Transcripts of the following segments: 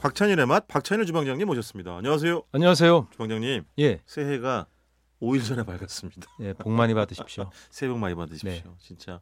박찬일의 맛 박찬일 주방장님 모셨습니다. 안녕하세요. 안녕하세요. 주방장님. 예, 새해가 5일 전에 밝았습니다. 예, 복 많이 받으십시오. 새해 복 많이 네. 받으십시오. 진짜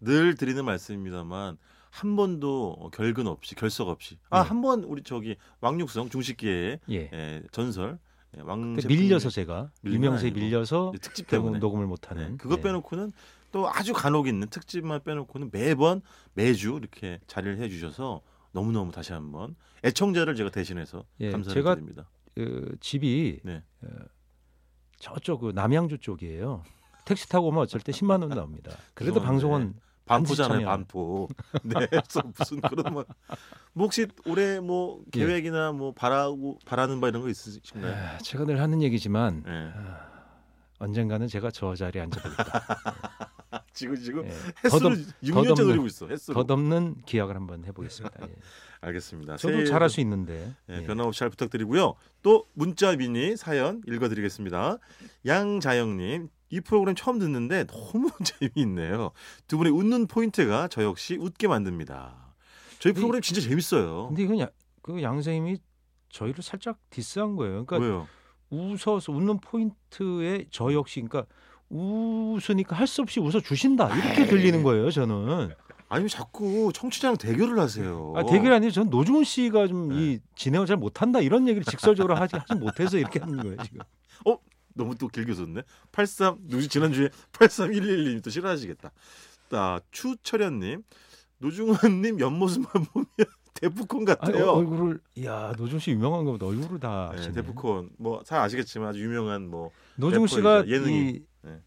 늘 드리는 말씀입니다만 한 번도 결근 없이 결석 없이 아 네. 한 번 우리 저기 왕육성 중식기의 예. 예, 전설 예, 왕 근데 제품의 밀려서 제가 밀린 건 유명세 아니고. 밀려서 특집 결국 때문에 녹음을 네, 못하는 그것 예. 빼놓고는 또 아주 간혹 있는 특집만 빼놓고는 매번 매주 이렇게 자리를 해주셔서 너무너무 다시 한번 애청자를 제가 대신해서 예, 제가- 감사드립니다. 그 집이 네. 어, 저쪽 그 남양주 쪽이에요. 택시 타고 오면 어쩔 때 10만 원 나옵니다. 그래도 죄송한데 방송은 반포잖아요, 반지참여요. 반포. 네, 그래서 무슨 그런 뭐, 뭐 혹시 올해 뭐 예. 계획이나 뭐 바라고 바라는 바 이런 거 있으신가요? 아, 제가 늘 하는 얘기지만 아, 네. 언젠가는 제가 저 자리에 앉아보겠다. 지금 지금 예. 횟수를 덧없- 6년째 덧없는- 노리고 있어. 횟수로. 덧없는 기약을 한번 해보겠습니다. 예. 알겠습니다. 저도 새해에도 잘할 수 있는데 예, 예. 아, 변함없이 잘 부탁드리고요. 또 문자 미니 사연 읽어드리겠습니다. 양자영님 이 프로그램 처음 듣는데 너무 재미있네요. 두 분의 웃는 포인트가 저 역시 웃게 만듭니다. 저희 근데 프로그램 진짜 재밌어요. 근데 이건 야, 그 양생님이 저희를 살짝 디스한 거예요. 그러니까 왜요? 웃어서 웃는 포인트에 저 역시 그러니까 웃으니까 할 수 없이 웃어 주신다 이렇게 들리는 거예요 저는 아니면 자꾸 청취자랑 대결을 하세요. 아, 대결이 아니라 저는 노중훈 씨가 좀 네. 이 진행을 잘 못한다 이런 얘기를 직설적으로 하지 하지 못해서 이렇게 하는 거예요 지금 너무 또 길게 썼네. 83 누구 지난주에 83111님도 싫어하시겠다. 아, 추철현님 노중환님 옆모습만 보면 데프콘 아, 같아요. 어, 얼굴을 야 노중훈 씨 유명한 거보다 얼굴을 다 네, 아시네 데프콘 뭐 잘 아시겠지만 아주 유명한 뭐 노중훈 씨가 래퍼이자 예능인. 이 네.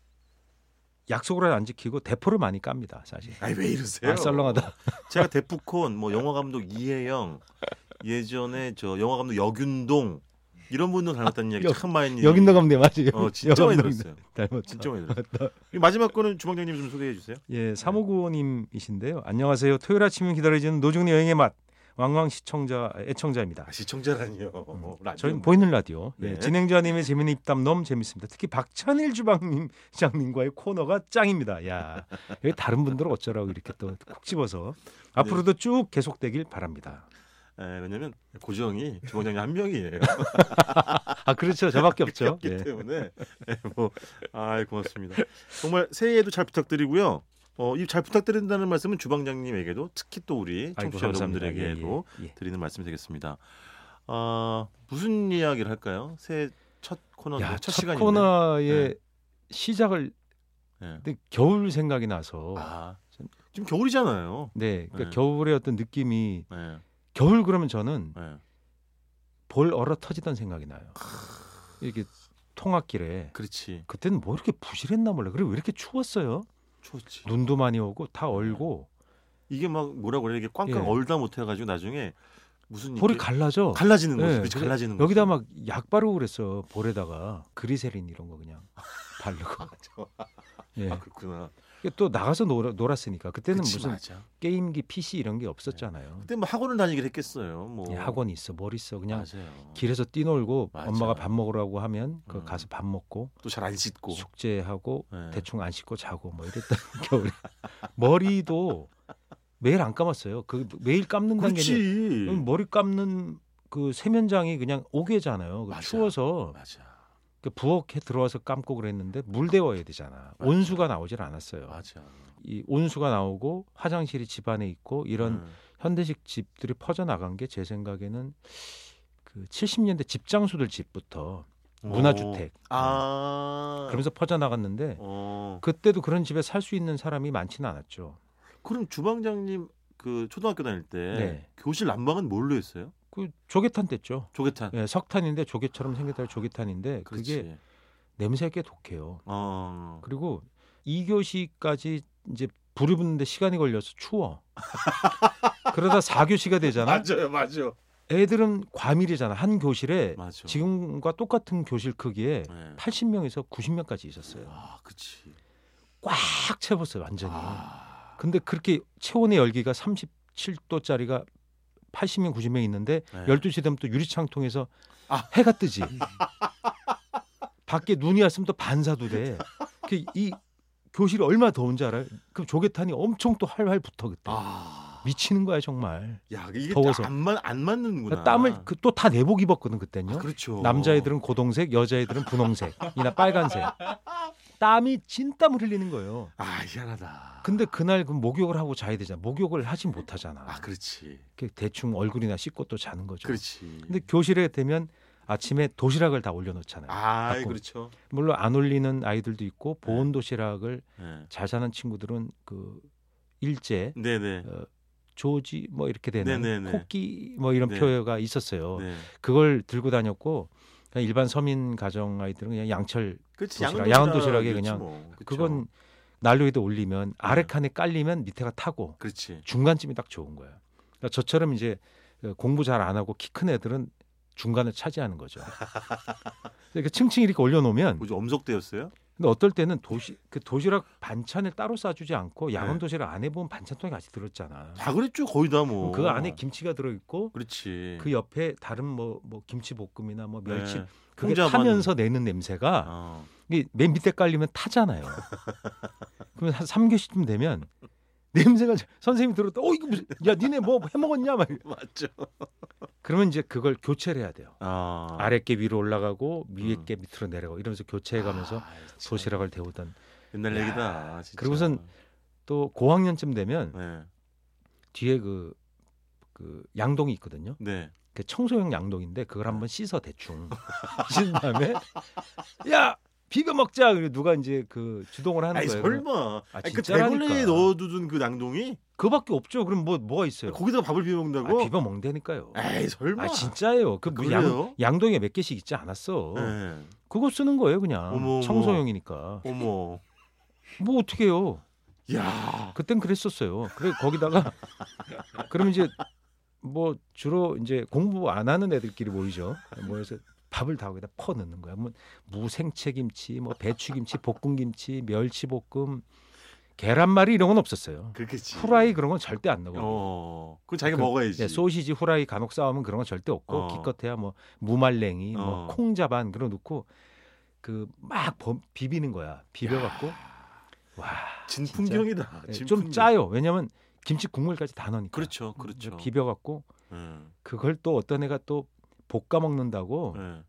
약속을 안 지키고 대포를 많이 깝니다 사실 아이 왜 이러세요? 알썰렁하다 제가 데프콘 뭐 영화 감독 이혜영 예전에 저 영화 감독 여균동 이런 분도 닮았다는 이야기 참 많이 여긴 너감네 맞지 예. 어 진짜 많이 들었어요. 닮았 진짜 많이 들었어요. 이 마지막 거는 주방장님 좀 소개해 주세요. 예, 3595님이신데요. 안녕하세요. 토요일 아침을 기다려지는 노중의 여행의 맛 왕왕 시청자 어, 애청자입니다. 아, 시청자라니요. 라디오. 음. 저희 보이는 라디오 네. 예, 진행자님의 재미있는 입담 너무 재밌습니다. 특히 박찬일 주방님 시장님과의 코너가 짱입니다. 야 여기 다른 분들은 어쩌라고 이렇게 또 콕 집어서 앞으로도 쭉 계속되길 바랍니다. 예, 왜냐면 고정이 주방장님 한 명이에요. 아 그렇죠 저밖에 없죠. 그렇기 그렇죠? 예. 때문에 예, 뭐 아, 고맙습니다. 정말 새해에도 잘 부탁드리고요. 어, 이 잘 부탁드린다는 말씀은 주방장님에게도 특히 또 우리 아이고, 청취자 감사합니다. 여러분들에게도 예, 예, 예. 드리는 말씀이 되겠습니다. 아, 무슨 이야기를 할까요? 새해 첫 코너 첫, 야, 어, 뭐 첫, 시간인데. 코너의 네. 시작을 예. 근데 겨울 생각이 나서 아, 지금 겨울이잖아요. 네, 그러니까 네. 겨울의 어떤 느낌이 예. 겨울 그러면 저는 예. 볼 얼어 터지던 생각이 나요. 이렇게 통학길에 그렇지. 그때는 뭐 이렇게 부실했나 몰라. 그리고 왜 이렇게 추웠어요? 좋지. 눈도 많이 오고 네. 다 얼고 뭐, 이게 막 뭐라 그래? 이게 꽝꽝 예. 얼다 못해 가지고 나중에 무슨 볼이 음, 이렇게 음, 갈라져. 갈라지는 예, 거지. 그렇지, 그래- 갈라지는 거지. 여기다 막 약 바르고 그랬어. 볼에다가 그리세린 이런 거 그냥 바르고. 예. 아, 그렇구나. 또 나가서 놀, 았으니까 그때는 그치, 무슨 맞아. 게임기 PC 이런 게 없었잖아요. 그때 뭐 학원을 다니기로 했겠어요. 뭐 예, 학원 있어, 뭘 있어. 그냥 맞아요. 길에서 뛰놀고 맞아. 엄마가 밥 먹으라고 하면 그 음. 가서 밥 먹고 또 잘 안 씻고 숙제하고 예. 대충 안 씻고 자고 뭐 이랬다 겨울에 머리도 매일 안 감았어요. 그 매일 감는 단계는 그렇지. 머리 감는 그 세면장이 그냥 옥외잖아요. 그 맞아. 추워서 뭐. 맞아. 그 부엌에 들어와서 감고 그랬는데 물 데워야 되잖아. 맞아. 온수가 나오질 않았어요. 맞아. 이 온수가 나오고 화장실이 집 안에 있고 이런 음. 현대식 집들이 퍼져 나간 게 제 생각에는 그 70년대 집장수들 집부터 문화주택 어. 음. 아. 그러면서 퍼져 나갔는데 어. 그때도 그런 집에 살 수 있는 사람이 많지는 않았죠. 그럼 주방장님 그 초등학교 다닐 때 네. 교실 난방은 뭘로 했어요? 그 조개탄 됐죠. 조개탄. 예, 석탄인데 조개처럼 생겼다 조개탄인데 그게 그렇지. 냄새가 꽤 독해요. 어. 그리고 2교시까지 이제 불이 붙는데 시간이 걸려서 추워. 그러다 4교시가 되잖아. 맞아요, 맞아요. 애들은 과밀이잖아. 한 교실에 맞아. 지금과 똑같은 교실 크기에 네. 80명에서 90명까지 있었어요. 아, 그렇지. 꽉 채웠어요, 완전히. 아. 근데 그렇게 체온의 열기가 37도짜리가 80명, 90명 있는데 네. 12시 되면 또 유리창 통해서 아. 해가 뜨지. 밖에 눈이 왔으면 또 반사도 돼. 그 이 교실이 얼마나 더운지 알아요? 그럼 조개탄이 엄청 또 활활 붙어 그때. 아. 미치는 거야 정말. 야 이게 더워서. 안만 안 맞는구나. 땀을 그, 또 다 내복 입었거든 그때는요. 아, 그렇죠. 남자애들은 고동색, 여자애들은 분홍색이나 빨간색. 땀이 진땀을 흘리는 거예요. 아 희한하다. 근데 그날 그 목욕을 하고 자야 되잖아. 목욕을 하지 못하잖아. 아 그렇지. 이렇게 대충 얼굴이나 씻고 또 자는 거죠. 그렇지. 근데 교실에 되면 아침에 도시락을 다 올려놓잖아요. 아 갖고. 그렇죠. 물론 안 올리는 아이들도 있고 보온 도시락을 네. 잘 사는 친구들은 그 일제 네네. 조지 뭐 이렇게 되는 네네네. 코끼 뭐 이런 네. 표현가 있었어요. 네. 그걸 들고 다녔고 그냥 일반 서민 가정 아이들은 그냥 양철 그렇지. 도시락, 양은 양은 도시락에 도시락이었지 그냥 뭐. 그쵸. 네. 그건 난로에다 올리면 아래 칸에 깔리면 밑에가 타고 그렇지. 중간쯤이 딱 좋은 거예요. 그러니까 저처럼 이제 공부 잘 안 하고 키 큰 애들은 중간을 차지하는 거죠. 그러니까 층층 이렇게 올려놓으면 뭐지 엄석대였어요? 근데 어떨 때는 도시 그 도시락 반찬을 따로 싸주지 않고 네. 양은 도시락 안에 보면 반찬통이 같이 들었잖아. 다 그랬죠 거의 다 뭐. 음. 그 안에 김치가 들어있고 그렇지. 그 옆에 다른 뭐 뭐 김치 볶음이나 뭐 멸치 네. 그게 혼자만- 타면서 내는 냄새가 어. 이게 맨 밑에 깔리면 타잖아요. 그러면 한 3교시쯤 되면 냄새가 자- 선생님이 들었다. 어 이거 무슨 야 니네 뭐 해먹었냐 막 이래. 맞죠. 그러면 이제 그걸 교체를 해야 돼요. 아. 아래 게 위로 올라가고 위에 음. 게 밑으로 내려가고 이러면서 교체해가면서 아, 참. 도시락을 데우던 옛날 야, 얘기다. 진짜. 그리고선- 또 고학년쯤 되면 네. 뒤에 그, 그 양동이 있거든요. 네. 그 청소용 양동인데 그걸 한번 씻어 대충 씻은 다음에 야 비벼 먹자. 그리고 누가 이제 그 주동을 하는 아니 거예요. 설마. 아, 그 진짜라니까. 대굴레에 넣어두던 그 낭동이 그밖에 없죠. 그럼 뭐 뭐가 있어요? 거기다가 밥을 비벼 아, 먹는다고? 비벼 먹는다니까요. 에이 설마. 아 진짜예요. 그 뭐 양, 그래요? 양동이에 몇 개씩 있지 않았어. 네. 그거 쓰는 거예요, 그냥 어머, 어머. 청소용이니까. 어머. 뭐 어떻게 해요? 야. 그땐 그랬었어요. 그래 거기다가 그럼 이제 뭐 주로 이제 공부 안 하는 애들끼리 모이죠. 모여서 밥을 다 거기다 퍼 넣는 거야. 뭐 무생채김치, 뭐 배추김치, 볶음김치, 멸치볶음, 계란말이 이런 건 없었어요. 그렇겠지. 후라이 그런 건 절대 안 넣고. 어. 그건 자기가 그- 먹어야지. 예, 소시지 후라이 간혹 싸우면 그런 건 절대 없고 어. 기껏해야 뭐 무말랭이, 어. 뭐 콩자반 그런 거 넣고 그 막 비비는 거야. 비벼갖고 와. 진풍경이다. 예, 진풍경. 좀 짜요. 왜냐면 김치 국물까지 다 넣으니까. 그 그렇죠, 그렇죠. 비벼갖고 어. 음, 그걸 또 어떤 애가 또 볶아 먹는다고 예.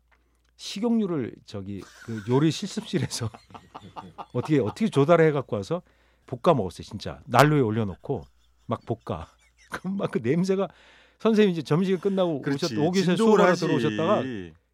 식용유를 저기 그 요리 실습실에서 어떻게 어떻게 조달해 갖고 와서 볶아 먹었어요. 진짜 난로에 올려놓고 막 볶아. 그럼 막 그 냄새가 선생님 이제 점심 끝나고 그렇지. 오셨다 오기 전에 진동을 수업하러 하지. 들어오셨다가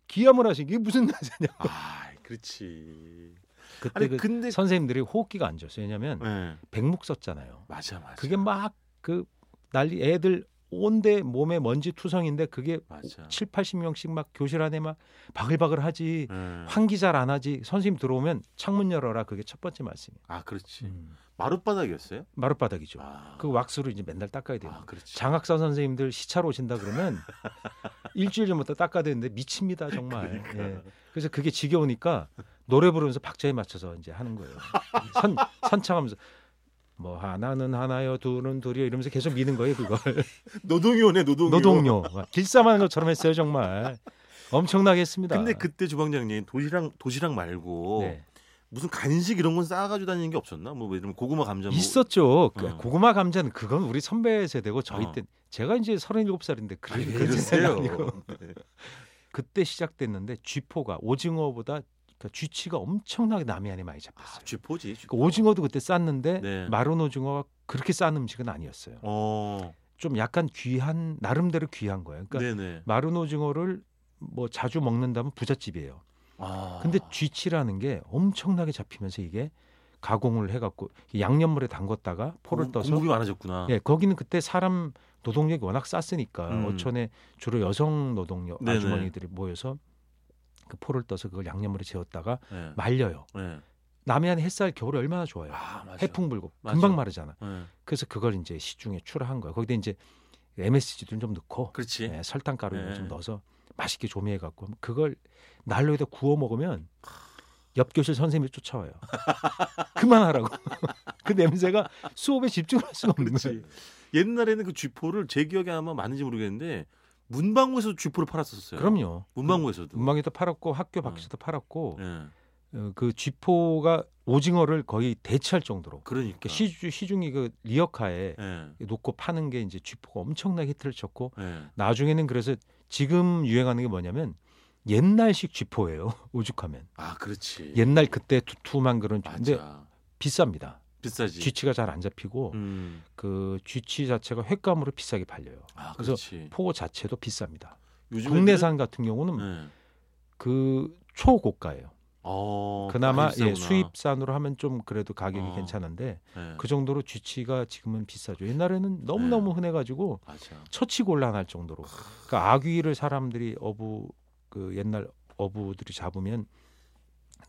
기함을 하신 게 무슨 냄새냐. 아, 그렇지. 그때 아니 그 근데 선생님들이 호흡기가 안 좋았어요. 왜냐하면 예. 백목 썼잖아요. 맞아, 맞아. 그게 막 그 난리 애들 온데 몸에 먼지 투성인데 그게 맞아. 7, 80명씩 막 교실 안에 막 바글바글 하지 예. 환기 잘 안 하지 선생님 들어오면 창문 열어라 그게 첫 번째 말씀이에요. 아, 그렇지. 음. 마룻바닥이었어요? 마룻바닥이죠. 아, 그 왁스로 이제 맨날 닦아야 돼요. 아, 그렇지. 장학사 선생님들 시차로 오신다 그러면 일주일 전부터 닦아야 되는데 미칩니다 정말. 그러니까. 예. 그래서 그게 지겨우니까 노래 부르면서 박자에 맞춰서 이제 하는 거예요. 선 선창하면서 뭐 하나는 하나요 둘은 둘이요 이러면서 계속 미는 거예요 그걸. 노동요네, 노동요. 노동요 길쌈하는 것처럼 했어요 정말 엄청나게 했습니다. 근데 그때 뭐 주방장님 도시락 도시락 말고 아. 네. 무슨 간식 이런 건 싸가지고 다니는 게 없었나? 뭐 이런 고구마 감자 뭐 있었죠. 그 어. 고구마 감자는 그건 우리 선배 세대고 저희 어. 때 제가 이제 37살인데 아, 왜 그게 이러세요? 네. 그때 시작됐는데 쥐포가 오징어보다 그러니까 쥐치가 엄청나게 남해안에 많이 아, 잡혔어요. 쥐포지. 쥐포. 그러니까 오징어도 그때 쌌는데 네. 마른 오징어가 그렇게 싼 음식은 아니었어요. 어. 좀 약간 귀한 나름대로 귀한 거예요. 그러니까 네네. 마른 오징어를 뭐 자주 먹는다면 부잣집이에요. 아. 근데 쥐치라는 게 엄청나게 잡히면서 이게 가공을 해갖고 양념물에 담궜다가 포를 공- 떠서 공급이 많아졌구나. 예, 거기는 그때 사람 노동력이 워낙 쌌으니까 음. 어촌에 주로 여성 노동력 네네. 아주머니들이 모여서 그 포를 떠서 그걸 양념으로 재웠다가 예. 말려요. 예. 남해안 햇살 겨울에 얼마나 좋아요. 아, 맞아. 예, 해풍 불고 맞아. 금방 마르잖아. 예. 그래서 그걸 이제 시중에 출하한 거예요. 거기다 이제 MSG도 좀 넣고 그렇지. 예, 설탕 가루 네. 좀 넣어서 맛있게 조미해 갖고 그걸 난로에다 구워 먹으면 옆 교실 선생님이 쫓아와요. 그만하라고. 그 냄새가 수업에 집중할 수가 없는 거예요. 그렇지. 옛날에는 그 쥐포를 제 기억에 아마 많은지 모르겠는데 문방구에서 쥐포를 팔았었어요. 그럼요. 문방구에서도. 어. 문방에도 팔았고 학교 밖에서도 팔았고 예. 어, 그 쥐포가 오징어를 거의 대체할 정도로 그러니까. 그 시주, 시중이 그 리어카에 예. 놓고 파는 게 이제 쥐포가 엄청나게 히트를 쳤고 예. 나중에는 그래서 지금 유행하는 게 뭐냐면 옛날식 쥐포예요. 오죽하면 아 그렇지. 옛날 그때 두툼한 그런 쥐- 맞아. 근데 비쌉니다. 비싸지. 쥐치가 잘 안 잡히고 예. 음. 그 쥐치 자체가 횟감으로 비싸게 팔려요. 아 그래서 그렇지. 포 자체도 비쌉니다. 요즘 국내산 같은 경우는 애들은- 예. 그 초고가예요. 어. 그나마 많이 예, 비싸구나. 수입산으로 하면 좀 그래도 가격이 어. 괜찮은데 예. 그 정도로 쥐치가 지금은 비싸죠. 옛날에는 너무 너무 네. 흔해가지고 맞아. 처치곤란할 정도로. 그러니까 아귀를 사람들이 어부 그 옛날 어부들이 잡으면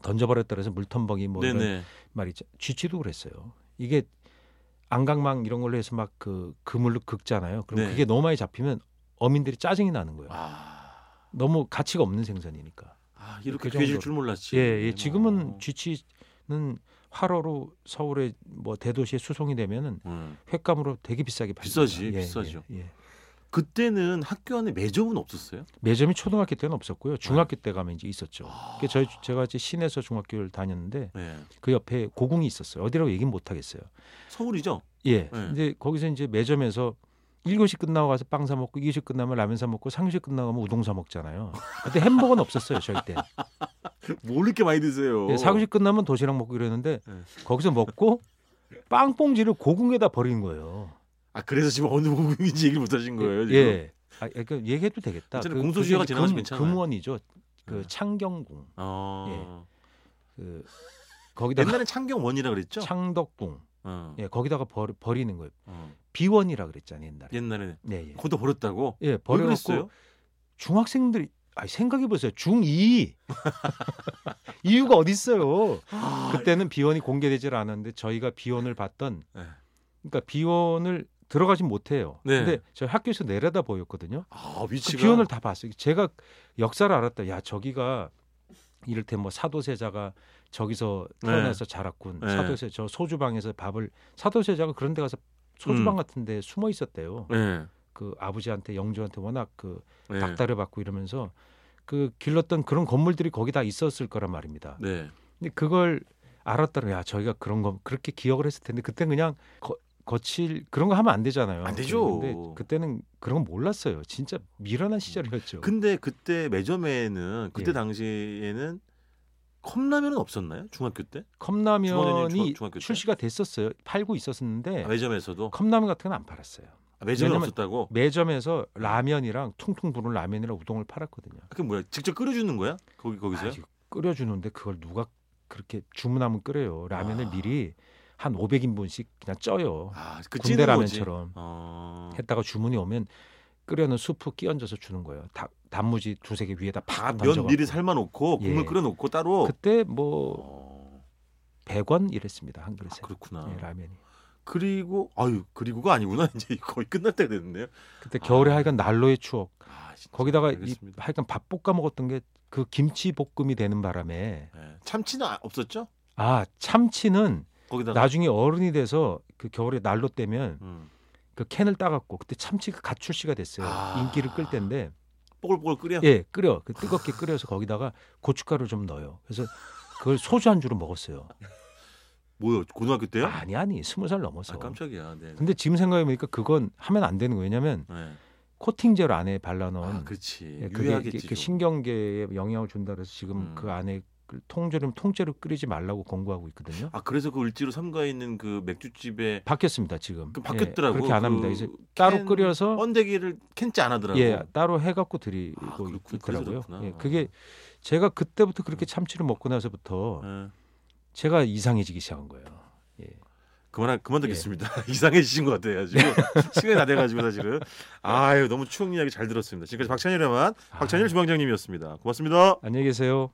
던져버렸다 그래서 물텀벙이 뭐 이런 네네. 말 있죠. 쥐치도 그랬어요. 이게 안강망 이런 걸로 해서 막 그 그물로 긁잖아요. 그럼 네. 그게 너무 많이 잡히면 어민들이 짜증이 나는 거예요. 아. 너무 가치가 없는 생선이니까. 아 이렇게 그 괴질 정도로. 줄 몰랐지. 예, 예. 지금은 어. 쥐치는 활어로 서울의 뭐 대도시에 수송이 되면은 음. 횟감으로 되게 비싸게 팔립니다. 비싸지, 비싸죠. 예, 예. 그때는 학교 안에 매점은 없었어요? 매점이 초등학교 때는 없었고요. 중학교 때 가면 이제 있었죠. 아. 그게 저희 제가 이제 시내에서 중학교를 다녔는데 예. 그 옆에 고궁이 있었어요. 어디라고 얘기는 못 하겠어요. 서울이죠. 예. 네. 근데 거기서 이제 매점에서 1교시 끝나고 가서 빵 사 먹고 2교시 끝나면 라면 사 먹고 3교시 끝나면 우동 사 먹잖아요. 그때 햄버거는 없었어요, 저희 때. 뭘 이렇게 많이 드세요? 예, 4교시 끝나면 도시락 먹고 이러는데 네. 거기서 먹고 빵봉지를 고궁에다 버린 거예요. 아 그래서 지금 어느 부분인지 얘기를 못하신 거예요 지금? 예. 아, 그러니까 얘기해도 되겠다. 괜찮아요. 공소시효가 그게 지나가서 금- 괜찮아요. 금원이죠. 그 네. 창경궁. 어... 그 거기다가 옛날에 창경원이라 그랬죠? 창덕궁. 어. 예, 거기다가 버, 버리는 거예요. 어. 비원이라 그랬잖아요, 옛날에. 옛날에 예, 예. 그것도 버렸다고? 예, 왜 버려갖고 그랬어요? 중학생들이 아 생각해 보세요. 중2 이유가 어디 있어요? 아, 그때는 비원이 공개되질 않았는데 저희가 비원을 봤던 네. 그러니까 비원을 들어가지 못해요. 네. 근데 저희 학교에서 내려다 보였거든요. 아 그 위치가 비원을 다 봤어요. 제가 역사를 알았다. 야 저기가 이를테 뭐 사도세자가 저기서 태어나서 자랐군. 네. 사도세 저 소주방에서 밥을 사도세자가 그런 데 가서 소주방 음. 같은데 숨어 있었대요. 예. 그 아버지한테 영주한테 워낙 그 예. 닥달을 받고 이러면서 그 길렀던 그런 건물들이 거기 다 있었을 거란 말입니다. 네. 근데 그걸 알았더니 야 저희가 그런 거 그렇게 기억을 했을 텐데 그때 그냥 거, 거칠 그런 거 하면 안 되잖아요. 안 되죠. 근데 그때는 그런 거 몰랐어요. 진짜 미련한 시절이었죠. 근데 그때 매점에는 그때 예. 당시에는 컵라면은 없었나요? 중학교 때? 중학교- 컵라면이 중학교 때? 출시가 됐었어요. 팔고 있었는데 아, 매점에서도 컵라면 같은 건 안 팔았어요. 아, 매점은 왜냐면- 없었다고? 매점에서 라면이랑 퉁퉁 부는 라면이랑 우동을 팔았거든요. 아, 그 뭐야? 직접 끓여주는 거야? 거기 거기서요? 아주 끓여주는데 그걸 누가 그렇게 주문하면 끓여요. 라면을 아. 미리 한 500인분씩 그냥 쪄요. 아, 그 군대 찌는 거지. 라면처럼 어. 했다가 주문이 오면 끓여놓은 수프 끼얹어서 주는 거예요. 다, 단무지 두세 개 위에다 아, 팍 면 얹어갖고. 미리 삶아 놓고 국물 예. 끓여 놓고 따로 그때 뭐 어. 100원 이랬습니다. 한 그릇에. 아, 그렇구나. 예, 라면이. 그리고 아유, 그리고가 아니구나. 이제 거의 끝날 때가 됐네요. 그때 아. 겨울에 하여간 난로의 추억. 아, 진짜. 거기다가 이, 알겠습니다. 하여간 밥 볶아 먹었던 게 그 김치 볶음이 되는 바람에 예. 참치는 아- 없었죠? 아 참치는 거기다가 나중에 어른이 돼서 그 겨울에 난로 때면 음. 그 캔을 따갖고 그때 참치가 갓 출시가 됐어요. 아. 인기를 끌 때인데 뽀글뽀글 끓여. 예 끓여 그 뜨겁게 아. 끓여서 거기다가 고춧가루 좀 넣어요. 그래서 그걸 소주 한 주로 먹었어요. 뭐요? 고등학교 때요? 아, 아니 아니 스무 살 넘어서. 깜짝이야. 네. 근데 지금 생각해보니까 그건 하면 안 되는 거예요. 왜냐하면 네. 코팅제로 안에 발라놓은 아, 그렇지. 예, 그게 이게 유해하겠지. 좀. 그 신경계에 영향을 준다 그래서 지금 음. 그 안에 그 통째로 통째로 끓이지 말라고 권고하고 있거든요. 아, 그래서 그 을지로 삼가에 있는 그 맥주집에 바뀌었습니다 지금. 그 예, 바뀌었더라고. 그렇게 안 합니다. 이제 따로 끓여서 번데기를 캔지 안 하더라고. 어. 예 따로 해갖고 드리고 뭐 아, 그렇군. 그래서 있더라고요. 그렇구나. 음. 예, 그게 제가 그때부터 그렇게 참치를 먹고 나서부터 예. 제가 이상해지기 시작한 거예요. 예. 그만 그만 듣겠습니다. 이상해지신 것 같아요. 지금 시간이 다 돼가지고 사실은 아유 너무 추억 이야기 잘 들었습니다. 지금까지 박찬일의 맛 박찬일 아. 주방장님이었습니다. 고맙습니다. 안녕히 계세요.